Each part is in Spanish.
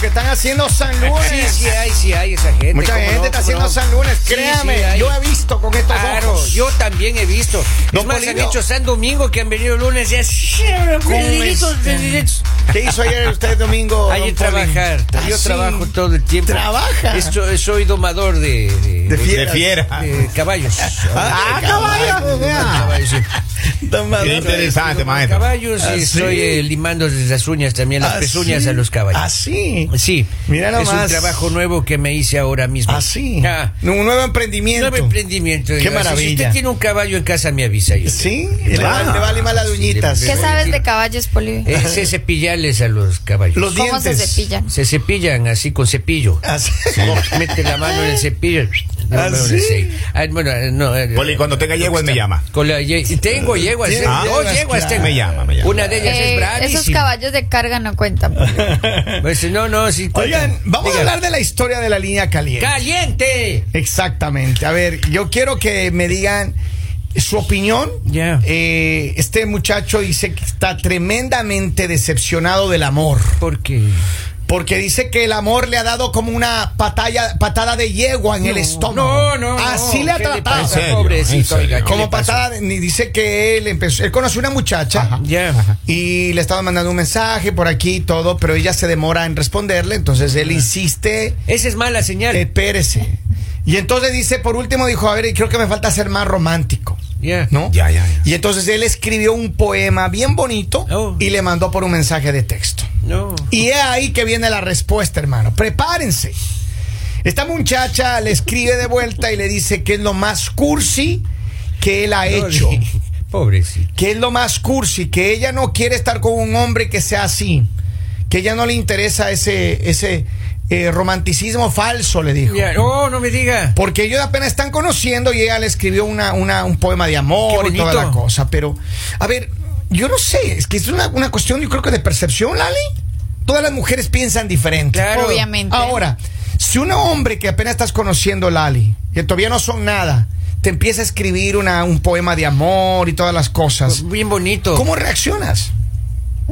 que están haciendo San Lunes. Sí, sí hay, sí hay esa gente. Pues. Mucha cómo gente no, está cómo haciendo no. San Lunes. Sí, Créame, sí hay. yo he visto con estos Claro, ojos. yo también he visto. Don es más, han Polibio. hecho San Domingo que han venido el lunes y así. ¿Cómo es? ¿Qué hizo ayer usted domingo? Hay que don Poli? trabajar. Ah, Yo sí. trabajo todo el tiempo. ¿Trabaja? Esto, soy domador de, de- De de- fieras. De fiera. de caballos. Ah, ah, caballo. vea. Caballos, sí. Toma, Qué don Poli. interesante, maestro. Caballos y Ah, estoy sí. eh, limándoles las uñas también, las Ah, pezuñas sí. a los caballos. Ah, sí. Sí, Mira es un nomás. trabajo nuevo que me hice ahora mismo. Así. Ah, Un nuevo emprendimiento. nuevo emprendimiento. digo, así, Si maravilla. usted tiene un caballo en casa, me avisa. Yo. Sí, le va, le va a limar las uñitas. Sí, Eh, ¿Qué le- sabes de caballos, Poli? Es cepillarles a los caballos. Los ¿Cómo se dientes. Ah, cepillan? Se cepillan así con cepillo. Así. Mete la mano en el cepillo. No, ¿Ah, no, no sí? sé. Ah, bueno, no, eh, Poli, cuando tenga yeguas me llama. con la ye- y tengo yeguas, Ah. Tiene eh, dos yeguas, yeguas claro. tengo. Me llama, me llama. Una de ellas Eh, es bravísima. esos caballos de carga no cuentan. Poli. Me dice, no, no, sí. Oigan, cuéntame. vamos a Diga. hablar de la historia de la línea caliente. ¡Caliente! Exactamente. A ver, yo quiero que me digan su opinión. Ya. Eh, este muchacho dice que está tremendamente decepcionado del amor. Porque Porque dice que el amor le ha dado como una patalla, patada de yegua en el estómago. No, no. Así no, le ha ¿qué tratado. pasa, ¿En serio? pobrecito, ¿En serio? oiga, ¿qué Como le pasó? patada, de- ni dice que él empezó. Él conoció una muchacha. Ya. Y le estaba mandando un mensaje por aquí y todo, pero ella se demora en responderle, entonces él insiste, Esa es mala señal. Eh, espérese. Y entonces dice, por último dijo, a ver, y creo que me falta ser más romántico, Ya. ¿no? Ya, ya, ya. Y entonces él escribió un poema bien bonito Oh. y le mandó por un mensaje de texto. No. Y es ahí que viene la respuesta, hermano. Prepárense. Esta muchacha le escribe de vuelta y le dice que es lo más cursi que él ha hecho. Pobrecito. Que es lo más cursi, que ella no quiere estar con un hombre que sea así. Que ella no le interesa ese, ese eh, romanticismo falso, le dijo. Ya. Oh, no me diga. Porque ellos apenas están conociendo y ella le escribió una, una- un poema de amor Qué y toda bonito. la cosa. Pero, a ver, yo no sé, es que es una, una cuestión, yo creo que de percepción, Lali. Todas las mujeres piensan diferente. Claro. Obviamente. Ahora, si un hombre que apenas estás conociendo, Lali, que todavía no son nada, te empieza a escribir una, un poema de amor y todas las cosas, Bien bonito. ¿cómo reaccionas?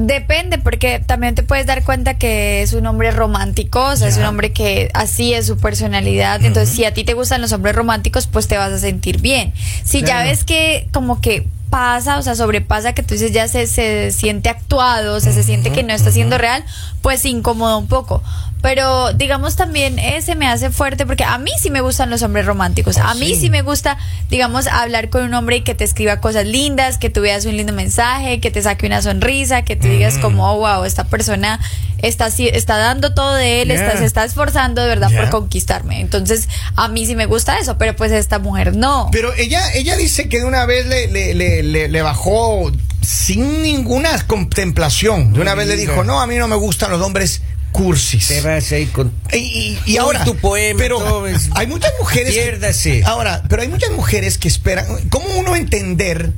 Depende, porque también te puedes dar cuenta que es un hombre romántico, o sea, es un hombre que así es su personalidad. Entonces, si a ti te gustan los hombres románticos, pues te vas a sentir bien. Si ya Claro. ves que como que pasa, o sea, sobrepasa que tú dices ya se, se siente actuado, o sea, se siente que no está siendo real, pues incomoda un poco. Pero digamos también ese me hace fuerte porque a mí sí me gustan los hombres románticos. a mí sí me gusta, digamos, hablar con un hombre y que te escriba cosas lindas, que tú veas un lindo mensaje, que te saque una sonrisa, que tú digas como, oh, wow, esta persona está, así- está dando todo de él, está, Yeah. se está esforzando de verdad Yeah. por conquistarme. Entonces, a mí sí me gusta eso, pero pues esta mujer no. Pero ella, ella dice que de una vez le, le, le, le- le bajó sin ninguna contemplación. De una vez le dijo, no, a mí no me gustan los hombres cursis. Te vas ahí con. Y, y- y Uy, ahora tu poema, pero todo es- hay muchas mujeres que- Piérdase. ahora pero hay muchas mujeres que esperan cómo uno entender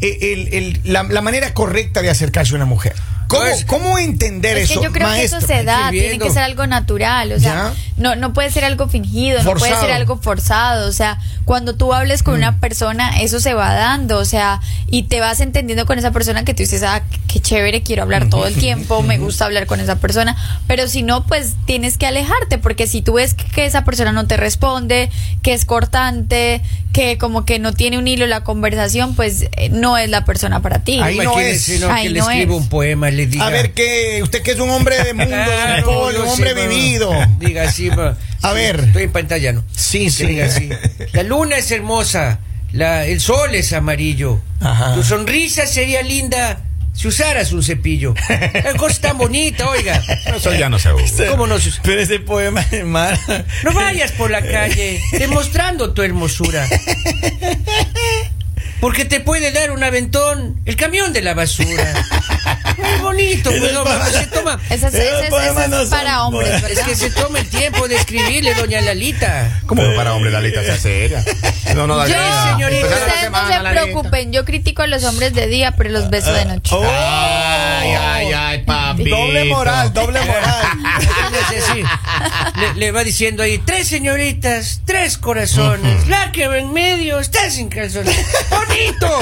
eh, el- el- el- la, la manera correcta de acercarse a una mujer cómo, No es- cómo entender Es eso que yo creo maestro? que eso se da, Estoy tiene viendo. que ser algo natural, o sea, Ya. no, no puede ser algo fingido, no puede Forzado. Mm. ser algo forzado, o sea, cuando tú hables con una persona, eso se va dando, o sea, y te vas entendiendo con esa persona que tú dices, ah, qué chévere, quiero hablar todo el tiempo, me gusta hablar con esa persona, pero si no, pues tienes que alejarte, porque si tú ves que, que esa persona no te responde, que es cortante, que como que no tiene un hilo la conversación, pues eh, no es la persona para ti. Ahí no Imagínese, es. ¿no? Ahí que le no escriba es. un poema, le diga. Ah, a ver que usted que es un hombre de mundo Claro, don Poli, un yo hombre sí, ma. vivido Diga así, ma. A Sí, ver. Estoy en pantalla, ¿no? Sí, Que sí. diga así. La luna es hermosa. La, el sol es amarillo. Ajá. Tu sonrisa sería linda si usaras un cepillo. Qué cosa tan bonita, oiga. Eso ya no se usa. ¿Cómo no se usa? Pero ese poema de Mar. No vayas por la calle demostrando tu hermosura. Porque te puede dar un aventón el camión de la basura. Muy bonito, pues, no, ma, se toma. Ese es, Esos ese es- poemas ese es no son para hombres, buenos. Es ¿verdad? que se toma el tiempo de escribirle, doña Lalita. ¿Cómo que para hombre la lista se hace ella? No, no, dale. Yo, Sí, señorita. Empezar la ustedes no semana, se la preocupen, yo critico a los hombres de día, pero los beso de noche. lista. Ay, ay, ay, papi. doble moral doble moral Es decir, le, le va diciendo ahí, tres señoritas, tres corazones, la que va en medio, está sin calzones. ¡Bonito!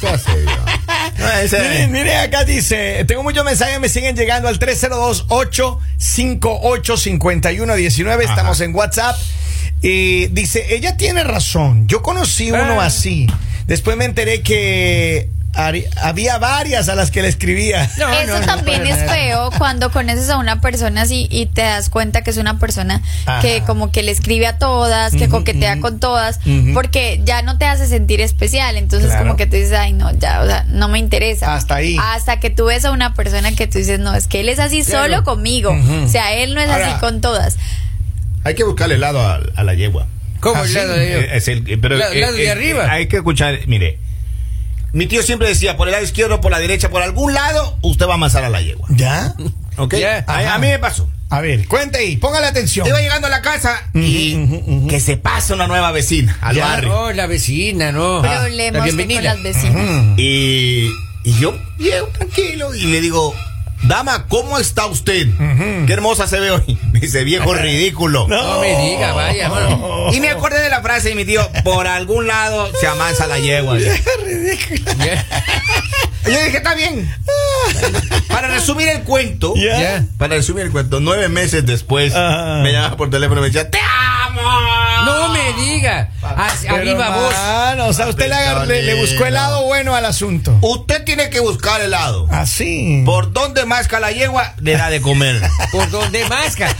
Sea serio. No, en serio. Miren, miren, acá dice, tengo muchos mensajes, me siguen llegando al 302-858-5119, Ajá. estamos en WhatsApp. Y dice, ella tiene razón, yo conocí uno Ah. así, después me enteré que hari- había varias a las que le escribía. No, Eso no, no, también para es nada. feo cuando conoces a una persona así y te das cuenta que es una persona Ajá. que como que le escribe a todas, que coquetea con todas, ujú. porque ya no te hace sentir especial, entonces Claro. como que tú dices, ay no, ya, o sea, no me interesa. Hasta ahí. Hasta que tú ves a una persona que tú dices, no, es que él es así Claro. solo conmigo, Ujú. o sea, él no es Ahora- así con todas. Hay que buscarle el lado a, a la yegua. ¿Cómo Ah, el lado sí, de ellos? Eh, es el- eh, pero, La- eh, lado de eh, arriba. Hay que escuchar, mire. Mi tío siempre decía, por el lado izquierdo, por la derecha, por algún lado, usted va a amasar a la yegua. ¿Ya? ¿Ok? Ya. A, a mí me pasó. A ver, cuente ahí, póngale atención. Iba llegando a la casa y Ujú, ujú, ujú. que se pasa una nueva vecina al Ya. barrio. No, la vecina, no. la Problemas con bienvenida. las vecinas. oh. Y, y yo llego tranquilo y le digo, dama, ¿cómo está usted? Qué hermosa se ve hoy. Me dice, viejo ridículo. No me diga, vaya. bueno. Y Oh. me acordé de la frase de mi tío, por algún lado se amansa la yegua. Y Ya, yo dije, está bien. Para resumir el cuento, Ya. ya. para resumir el cuento, nueve meses después Ajá. me llamaba por teléfono y me decía, ¡Te amo! No me diga. Hacia Pero, Ah, arriba vos. hermano, o sea, usted le, agar- le- le buscó el lado bueno al asunto. Usted tiene que buscar helado. Así. Uh, ¿Por dónde masca la yegua? Le da de comer. Por donde masca.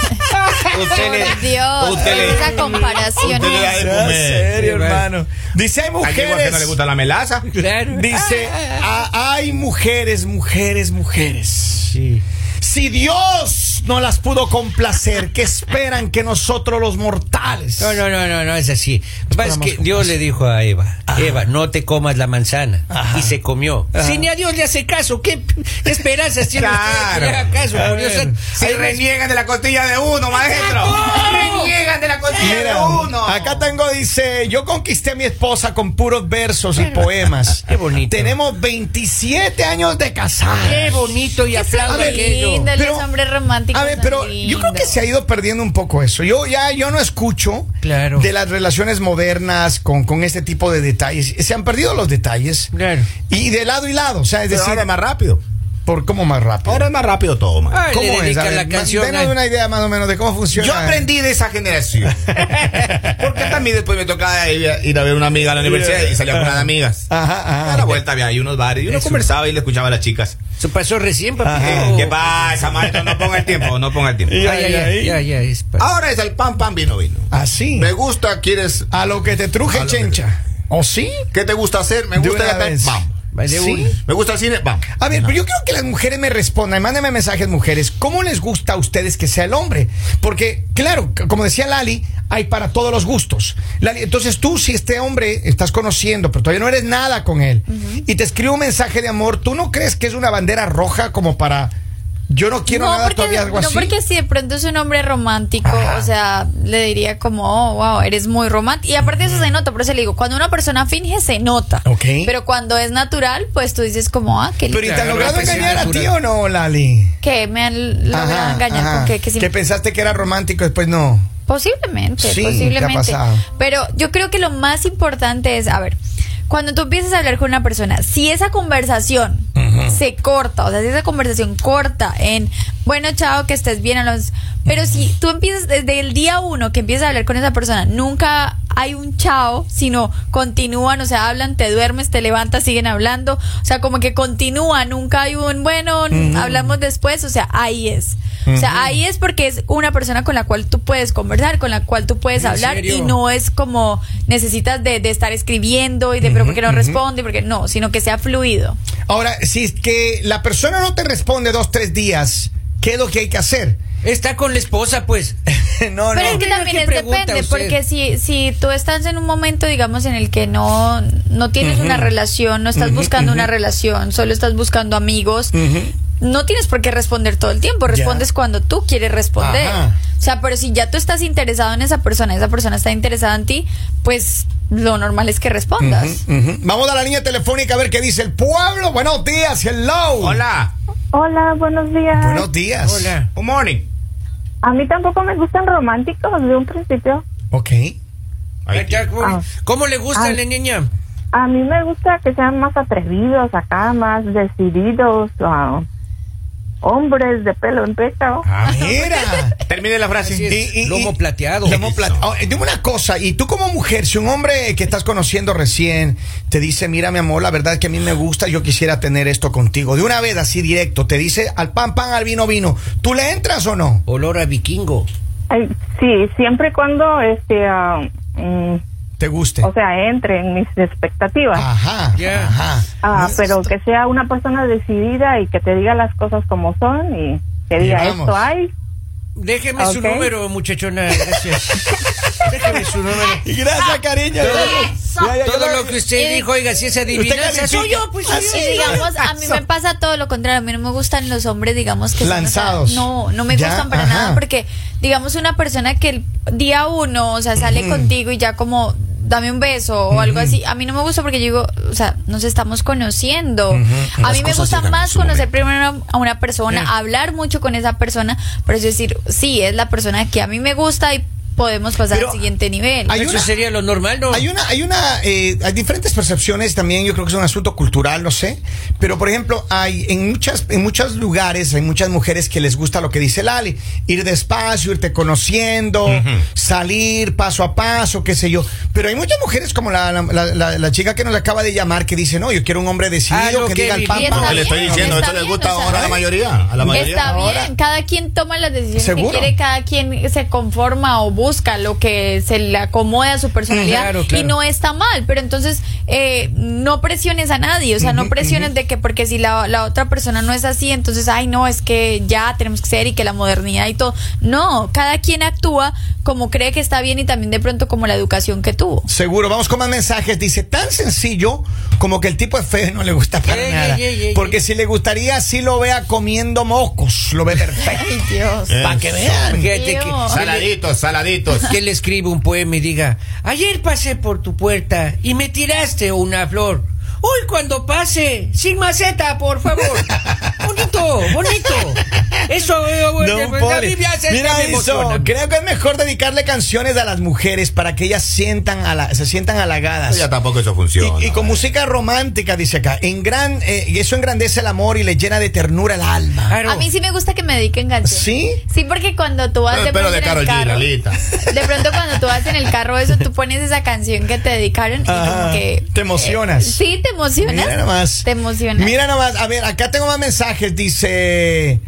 Usted Por Dios, usted le- esa comparación. usted le da de Sea comer. serio, Sí, hermano. Dice, hay Hay yegua que no le mujeres. gusta la melaza. Claro. Dice, "Ah, hay mujeres, mujeres, mujeres. Sí. Si Dios no las pudo complacer, ¿qué esperan que nosotros los mortales? No, no, no, no, no es así. Vas Vamos que con Dios le dijo a Eva, Ah. Eva, no te comas la manzana. Ajá. Y se comió. Si ni a Dios le hace caso, ¿qué, qué esperanzas tiene usted de que le haga caso? A por Dios ¡Oh! ver. santo? Se Hay más- reniegan de la costilla de uno, maestro. Se reniegan de la costilla Mira, de uno. acá tengo, dice, yo conquisté a mi esposa con puros versos y poemas. Qué bonito. Tenemos 27 años de casados. Qué bonito y aplaudo A ver, aquello. lindo, Pero- los hombres románticos. A ver, son pero yo creo que lindos. se ha ido perdiendo un poco eso. Yo ya yo no escucho Claro. de las relaciones modernas con, con este tipo de detalles. Se han perdido los detalles. Claro. Y de lado y lado, o sea, es Pero decir, ahora es más rápido. por cómo más rápido. Ahora es más rápido todo, maestro. Ay, le ¿Cómo es? A dedican ver, la ma- canción. denos a- una idea más o menos de cómo funciona. Yo aprendí de esa generación. Porque también después me tocaba ir a- ir a ver una amiga a la universidad y salía con unas amigas. Ajá, ajá. A la vuelta había ahí unos bares y uno Eso. conversaba y le escuchaba a las chicas. Eso pasó recién, papá. Eh, ¿Qué pasa, maestro? No ponga el tiempo, no ponga el tiempo. Y- Ya, ya, ya, Ay, ay. ya, ya, es pa- Ahora es el pan, pan, vino, vino. Así. Me gusta, quieres. A lo que te truje, A lo que- chencha. ¿O sí? ¿Qué te gusta hacer? Me De gusta una ya te- vez. Vamos. Vale, ¿Sí? uno. Me gusta el cine, vamos. A ver, pero yo creo que las mujeres me respondan. Mándenme mensajes, mujeres. ¿Cómo les gusta a ustedes que sea el hombre? Porque, claro, c- como decía Lali, hay para todos los gustos. Lali, entonces tú, si este hombre estás conociendo, pero todavía no eres nada con él, y te escribe un mensaje de amor, ¿tú no crees que es una bandera roja como para yo no quiero nada todavía algo no, así? porque si de pronto es un hombre romántico, o sea, le diría como, oh, wow, eres muy romántico. Y aparte eso se nota, por eso le digo, cuando una persona finge se nota. Ok. Pero cuando es natural, pues tú dices como, ah, qué Pero ¿y lindo. te han Claro, logrado pues, sí, engañar a natural. ti o no, Lali? Que me han logrado Ajá, engañar ajá. con que, que si- Que pensaste que era romántico, después no. Posiblemente, Sí, posiblemente. te ha pasado. Pero yo creo que lo más importante es, a ver, cuando tú empiezas a hablar con una persona, si esa conversación se corta, o sea, si esa conversación corta en, bueno, chao, que estés bien a los... Pero si tú empiezas desde el día uno que empiezas a hablar con esa persona, nunca hay un chao, sino continúan, o sea, hablan, te duermes, te levantas, siguen hablando, o sea, como que continúa, nunca hay un, bueno, hablamos después, o sea, ahí es. O sea, ahí es porque es una persona con la cual tú puedes conversar, con la cual tú puedes ¿En hablar y serio? no es como necesitas de, de estar escribiendo y de pero porque no responde, porque no, sino que sea fluido. Ahora, si es que la persona no te responde dos, tres días, ¿qué es lo que hay que hacer? Está con la esposa, pues. no, Pero no. es que Pero también ¿qué es pregunta depende, usted? porque si, si tú estás en un momento, digamos, en el que no, no tienes una relación, no estás buscando una relación, solo estás buscando amigos, no tienes por qué responder todo el tiempo, respondes cuando tú quieres responder. Ajá. O sea, pero si ya tú estás interesado en esa persona, esa persona está interesada en ti, pues lo normal es que respondas. Ujú. Vamos a la línea telefónica a ver qué dice el pueblo. Buenos días, hello. Hola. Hola, buenos días. Buenos días. Hola. Good morning. A mí tampoco me gustan románticos de un principio. Ok. Ahí Acá, tiene. ¿Cómo, Ah. cómo le gusta a la niña? A mí me gusta que sean más atrevidos acá, más decididos, ah, hombres de pelo en pecho. Ah, mira. Termine la frase. Así es. Lomo plateado. Lomo plate- Oh, eh, dime una cosa, y tú como mujer, si un hombre que estás conociendo recién te dice, mira mi amor, la verdad es que a mí me gusta, yo quisiera tener esto contigo, de una vez así directo, te dice al pan pan, al vino vino, ¿tú le entras o no? Olor a vikingo. Ay, sí, siempre y cuando, este, ah, mm, ¿Te guste? o sea, entre en mis expectativas. Ajá, Ya. ajá. Ah, pero que sea una persona decidida y que te diga las cosas como son y que Y diga vamos. esto hay. Déjeme su Ok. número, muchachona. Gracias. Déjeme su número. Gracias, cariño. Eso. Ya, ya, ya, Todo ya. lo que usted Y- dijo, oiga, si es adivinanza, califica. Ah, soy yo, pues soy Así Y es. yo. digamos, a mí me pasa todo lo contrario. A mí no me gustan los hombres, digamos que. son, o sea, Lanzados. no, no me Ya, gustan para ajá. nada porque, digamos, una persona que el día uno, o sea, sale Mm. contigo y ya como dame un beso o algo así. A mí no me gusta porque yo digo, o sea, nos estamos conociendo. A Las mí me cosas gusta llegan en más su conocer momento. primero a una persona, hablar mucho con esa persona, pero es decir, sí, es la persona que a mí me gusta y podemos pasar Pero al siguiente nivel. hay Eso una- sería lo normal, ¿no? Hay una, hay una, eh, hay diferentes percepciones también. Yo creo que es un asunto cultural, no sé. Pero por ejemplo, hay en muchas, en muchos lugares, hay muchas mujeres que les gusta lo que dice Lali, ir despacio, irte conociendo, salir paso a paso, qué sé yo. Pero hay muchas mujeres como la, la, la- la- la chica que nos acaba de llamar que dice, no, yo quiero un hombre Ah, decidido lo que, que diga el vi- pan, Y pan". está No, le estoy bien, diciendo, está esto le bien, gusta o sea, ahora a la mayoría. A la mayoría. Está bien, ahora. cada quien toma las decisiones Seguro. que quiere, cada quien se conforma o busca lo que se le acomode a su personalidad Claro, claro. y no está mal, pero entonces eh, no presiones a nadie, o sea, no presiones de que porque si la, la otra persona no es así, entonces, ay, no, es que ya tenemos que ser y que la modernidad y todo. No, cada quien actúa como cree que está bien y también de pronto como la educación que tuvo. Seguro, vamos con más mensajes. Dice, tan sencillo como que el tipo es feo y no le gusta para Ey, nada. ey, ey, ey, Porque ey. si le gustaría, sí lo vea comiendo mocos. Lo ve perfecto. Ay, Dios. Eh. Para que vean. Fíjate que- Dios. Saladitos, saladitos. que Pues, le escribe un poema y diga, ayer pasé por tu puerta y me tiraste una flor. Hoy cuando pase, sin maceta, por favor. bonito, bonito. Eso eh, veo, No, pobre. Mira eso, creo que es mejor dedicarle canciones a las mujeres para que ellas sientan ala- se sientan halagadas. Ya tampoco eso Y, funciona. y con música romántica, dice acá. En gran, eh, y eso engrandece el amor y le llena de ternura el alma. A mí sí me gusta que me dediquen canciones. ¿Sí? Sí, porque cuando tú vas Pero- de pero de pronto en Karol el G, carro, Lalita. de pronto cuando tú vas en el carro eso, tú pones esa canción que te dedicaron y Ajá. como que Te emocionas. eh, sí, te emocionas. Mira nomás. Te emocionas. Mira nomás. A ver, acá tengo más mensajes. Dice.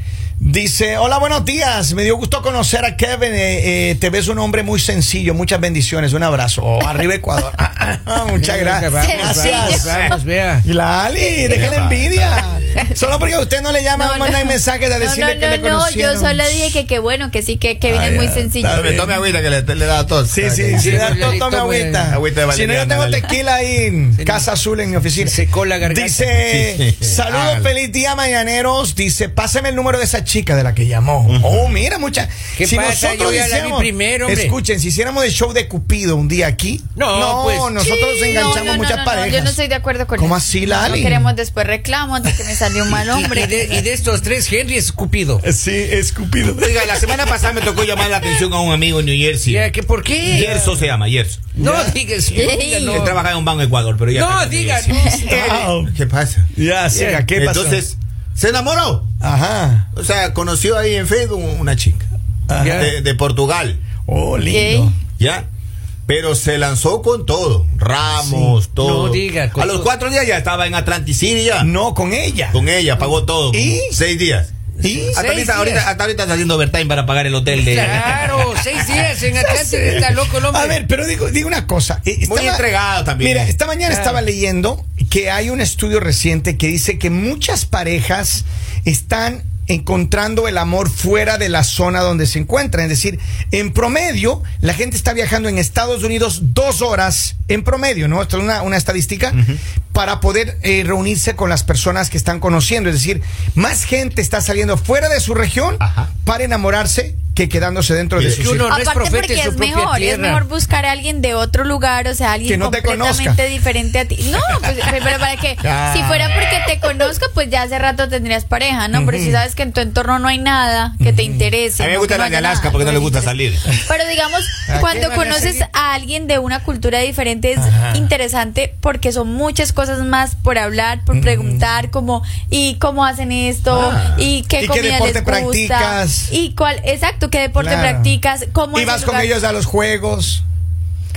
Dice, hola, buenos días. Me dio gusto conocer a Kevin. Eh, eh, te ves un hombre muy sencillo. Muchas bendiciones. Un abrazo. Oh, arriba Ecuador. Ah, ah, muchas gracias. Vamos, Gracias. vamos, vamos, vea. Y la Ali, deja la bárbaro. envidia. Solo porque usted no le llama No, no, manda no. mensajes de No, decirle no, que no, le no, conocieron. yo solo dije que qué bueno, que sí, que Kevin Ay, es muy ya, sencillo. está Tome, bien. tome agüita que le, le da tos. Sí, sí, Ay, sí, Sí, da- Lalito, tome agüita. Agüita de Si no, yo valeriana, tengo Lalito. tequila ahí en pues. Sí, Casa Azul en mi oficina. Se secó la garganta. Dice, Sí. saludos, Hágalo. feliz día, mañaneros. Dice, pásame el número de esa chica de la que llamó. Oh, mira, mucha. ¿Qué pasa? Yo ya la vi hiciéramos- primero, hombre. Escuchen, si hiciéramos el show de Cupido un día aquí. No, pues, nosotros Sí, enganchamos no, no, muchas no, no, parejas. yo no estoy de acuerdo con ¿Cómo eso. así, No, Lali? No queremos después reclamos de que me salió un mal Y hombre. de, y de estos tres, Henry es Cupido. Sí, es Cupido. Oiga, la semana pasada me tocó llamar la atención a un amigo en New Jersey. Ya, ¿qué, ¿Por qué? Yerso se llama, Yerso. No digas. no Ey. digas, Él no. trabaja en un banco en Ecuador, pero ya. No, está en New diga, Jersey. no. ¿Qué pasa? Ya, siga, ¿qué pasó? Entonces, se enamoró. Ajá. O sea, conoció ahí en Facebook una chica Ajá. Ya. de, de Portugal, Oh, lindo. Ey. ¿ya? Pero se lanzó con todo, ramos, todo. No diga, con A los todo. cuatro días ya estaba en Atlantic City ya, No, con ella. con ella, pagó todo. ¿Y? Seis días. ¿Y? Hasta Seis ahorita, ahorita- días. hasta ahorita está haciendo overtime para pagar el hotel de Claro, seis días en Atlántico está loco el hombre. A ver, pero digo, digo una cosa. eh, Muy entregado también. Mira, esta mañana Claro. estaba leyendo que hay un estudio reciente que dice que muchas parejas están encontrando el amor fuera de la zona donde se encuentran. Es decir, en promedio, la gente está viajando en Estados Unidos dos horas, en promedio, ¿no? Esto es una, una estadística, para poder eh, reunirse con las personas que están conociendo. Es decir, más gente está saliendo fuera de su región Ajá. para enamorarse que que quedándose dentro de Mire, su que uno círculo. no es Aparte profeta en porque su es propia mejor, es tierra. mejor buscar a alguien de otro lugar, o sea, alguien Que no te conozca. completamente diferente a ti. No, pues, pero para que Ah. si fuera porque te conozca, pues ya hace rato tendrías pareja, ¿no? Pero si sabes que en tu entorno no hay nada que te interese. A mí me no, gusta que no la de haya Alaska nada, porque no le gusta interese. salir. Pero digamos, ¿A qué cuando van a conoces salir? a alguien de una cultura diferente es interesante porque son muchas cosas más por hablar, por preguntar, como y cómo hacen esto Ah. y qué ¿Y qué comida deporte les gusta practicas? y cuál, exacto, qué deporte Claro. practicas, cómo Y es el vas con lugar. ellos a los juegos.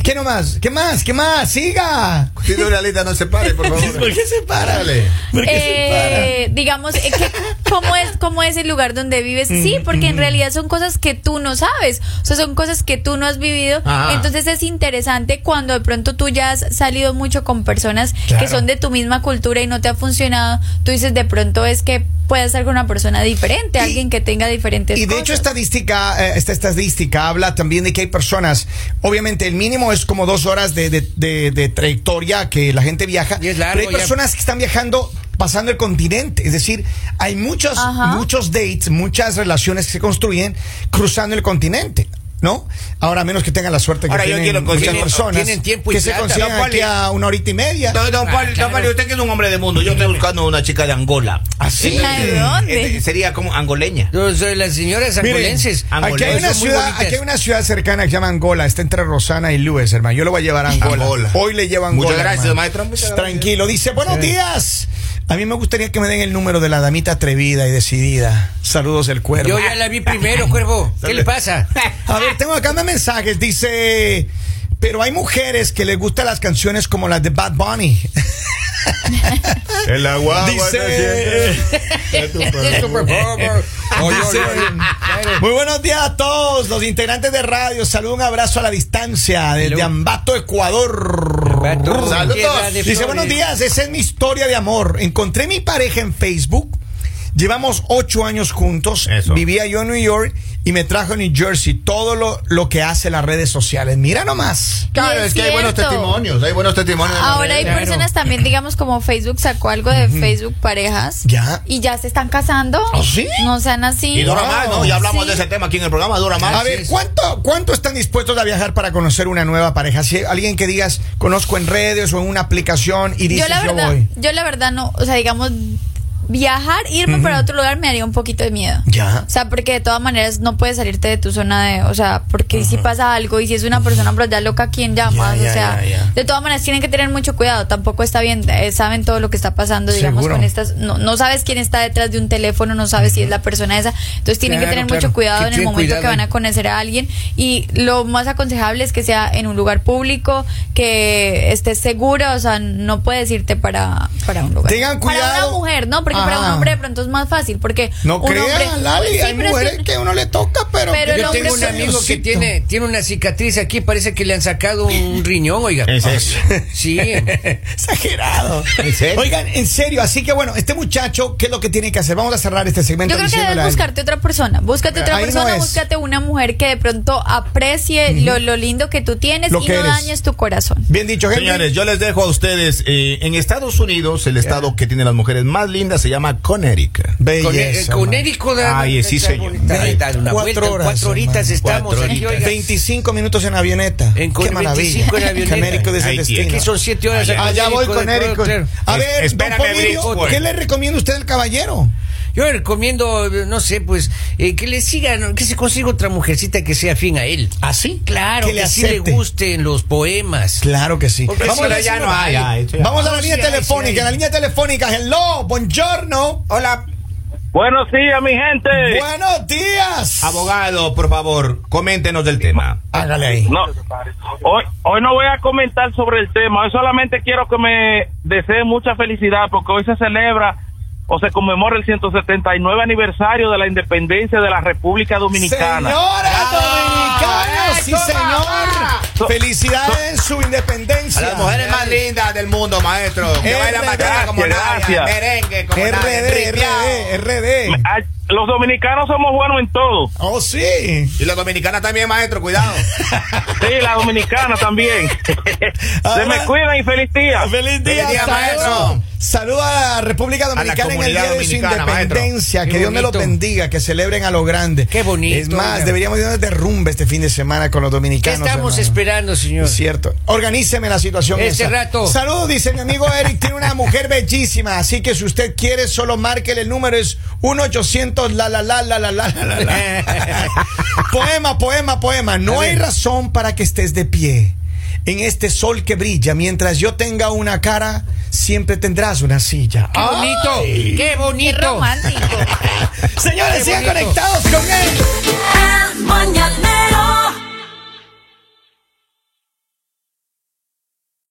¿Qué nomás? ¿Qué más? ¿Qué más? ¡Siga! Tiene una lista, no se pare, por favor. ¿Por qué se para? Dale. ¿Por qué se para? Eh, digamos, eh, que- ¿cómo, es, ¿cómo es el lugar donde vives? Sí, Mm, porque en realidad son cosas que tú no sabes, o sea, son cosas que tú no has vivido, Ah. entonces es interesante cuando de pronto tú ya has salido mucho con personas Claro. que son de tu misma cultura y no te ha funcionado, tú dices, de pronto es que puede ser con una persona diferente, Y- alguien que tenga diferentes Y de hecho cosas. estadística, eh, esta estadística habla también de que hay personas, obviamente el mínimo es como dos horas de, de- de- de trayectoria que la gente viaja, Y es largo pero hay ya. personas que están viajando pasando el continente, es decir, hay muchos, Ajá. muchos dates, muchas relaciones que se construyen cruzando el continente. ¿No? Ahora, a menos que tengan la suerte que Ahora, yo tienen quiero muchas conseguir- personas tienen tiempo y que se plata, consiguen ¿no, Poli? aquí a una horita y media. No, no, Ah, Pablo, claro. usted que es un hombre de mundo. Yo estoy buscando una chica de Angola. Así. ¿La de dónde? Eh, Sería como angoleña. Yo soy las señoras Miren, ambulenses. Aquí hay, Angola. una Son muy ciudad, bonitas. aquí hay una ciudad cercana que se llama Angola, está entre Rosana y Luis, hermano. Yo lo voy a llevar a Angola. Angola. Hoy le llevo a Angola. Muchas gracias, hermano. maestro, muchas gracias. Tranquilo, dice, buenos días. A mí me gustaría que me den el número de la damita atrevida y decidida. Saludos del cuervo. Yo ya la vi primero, cuervo. ¿Qué le pasa? A ver, tengo acá más mensajes. Dice, pero hay mujeres que les gustan las canciones como las de Bad Bunny. El agua. Dice, Dice, Muy buenos días a todos los integrantes de radio. Saludo, un abrazo a la distancia desde Hello. Ambato, Ecuador. Ambato, tierra de Dice, flores. buenos días, esa es mi historia de amor. Encontré mi pareja en Facebook. Llevamos ocho años juntos. Eso. Vivía yo en New York y me trajo a New Jersey. Todo lo, lo que hace las redes sociales. Mira nomás. Y Claro, es es que hay buenos cierto. testimonios. Hay buenos testimonios. Ahora hay Claro. personas también, digamos, como Facebook sacó algo de Facebook parejas. Ya. Y ya se están casando. ¿Ah, sí? No sean así. Y dura Wow. más, ¿no? Ya hablamos Sí. de ese tema aquí en el programa, dura más. A ver, ¿cuánto, ¿cuánto están dispuestos a viajar para conocer una nueva pareja? Si hay alguien que digas, conozco en redes o en una aplicación y dices, yo la yo, verdad, voy. yo la verdad no, o sea, digamos viajar, irme para otro lugar me haría un poquito de miedo. Ya. O sea, porque de todas maneras no puedes salirte de tu zona de, o sea, porque si pasa algo y si es una persona por allá loca, ¿quién llamas? Ya, ya, o sea, ya, ya. de todas maneras tienen que tener mucho cuidado, tampoco está bien, eh, saben todo lo que está pasando, digamos, Seguro. con estas, no, no sabes quién está detrás de un teléfono, no sabes si es la persona esa, entonces tienen Claro, que tener claro, mucho cuidado que en el tienen momento que cuidado. van a conocer a alguien y lo más aconsejable es que sea en un lugar público, que estés segura, o sea, no puedes irte para, para un lugar. Tengan Para cuidado. una mujer, ¿no? Porque para un Ajá. hombre de pronto es más fácil, porque No un hombre... creas, Lali, Sí, hay pero es mujeres que... a uno le toca, pero, Pero el Yo hombre tengo un es amigo que tiene, tiene una cicatriz aquí, parece que le han sacado un riñón, oiga. Es eso. Sí. Exagerado. ¿En serio? Oigan, en serio, así que bueno, este muchacho, ¿qué es lo que tiene que hacer? Vamos a cerrar este segmento Yo creo que diciéndole debes a él. buscarte otra persona. Búscate otra Ahí no persona, es. búscate una mujer que de pronto aprecie lo, lo lindo que tú tienes Lo y que no eres. dañes tu corazón. Bien dicho, Henry. Señores, yo les dejo a ustedes eh, en Estados Unidos, el estado que tiene las mujeres más lindas se llama Connecticut. Con, eh, Belleza. con man. Érico da- Ay, sí, está señor. bonita, ahí da una Cuatro vuelta, en horas, cuatro horitas hermano. estamos Cuatro aquí, horitas. oiga. 25 minutos en avioneta. En Qué con- maravilla. 25 en avioneta. Américo de ese Ahí destino. tiene. Que son siete horas. Allá- Allá voy con Érico. Claro. A Es- ver, don espérame, Polivio, Bridgeport. ¿qué le recomienda usted al caballero? Yo le recomiendo, eh, no sé, pues, eh, que le sigan, que se consiga otra mujercita que sea afín a él. ¿Así? Claro, Que que, le sí le acepte. gusten los poemas. Claro que sí. Porque Vamos, si a la, no, ya no hay, ya, esto ya- vamos a la No, línea sí hay, sí telefónica. hay. En la línea telefónica, hello, buongiorno. Hola. Buenos días, mi gente. Buenos días. Abogado, por favor, coméntenos del tema. Hágale ahí. No, hoy, hoy no voy a comentar sobre el tema. Hoy solamente quiero que me deseen mucha felicidad porque hoy se celebra o se conmemora el 179 aniversario de la independencia de la República Dominicana. Señora dominicana, sí So- señor. Felicidades en su A independencia. las mujeres más lindas del mundo, maestro. Que RD. bailan bachata como Gracias. nadie, merengue como nadie, RD, tripeado. RD, RD. A- los dominicanos somos buenos en todo. Oh, sí. Y la dominicana también, maestro, cuidado. Sí, la dominicana también. Se me cuidan y feliz día. Feliz día, maestro. Saluda a República la Dominicana en el comunidad día de su dominicana, maestro. independencia. Que Qué Dios me los bonito. bendiga, que celebren a lo grande. Qué bonito, Es más, oiga. deberíamos irnos de rumba este fin de semana con los ¿Qué dominicanos. estamos hermano. esperando, señor? Es cierto. Organíceme la situación. Ese esa. rato. Saludos, dice mi amigo Eric. Tiene una mujer bellísima. Así que si usted quiere, solo márquele el número. Es 1-800 la la la la la la la la. Poema, poema, poema. No hay razón para que estés de pie. En este sol que brilla, mientras yo tenga una cara, siempre tendrás una silla. ¡Qué bonito! ¡Qué Qué bonito! romántico. Señores, Qué sigan bonito. conectados.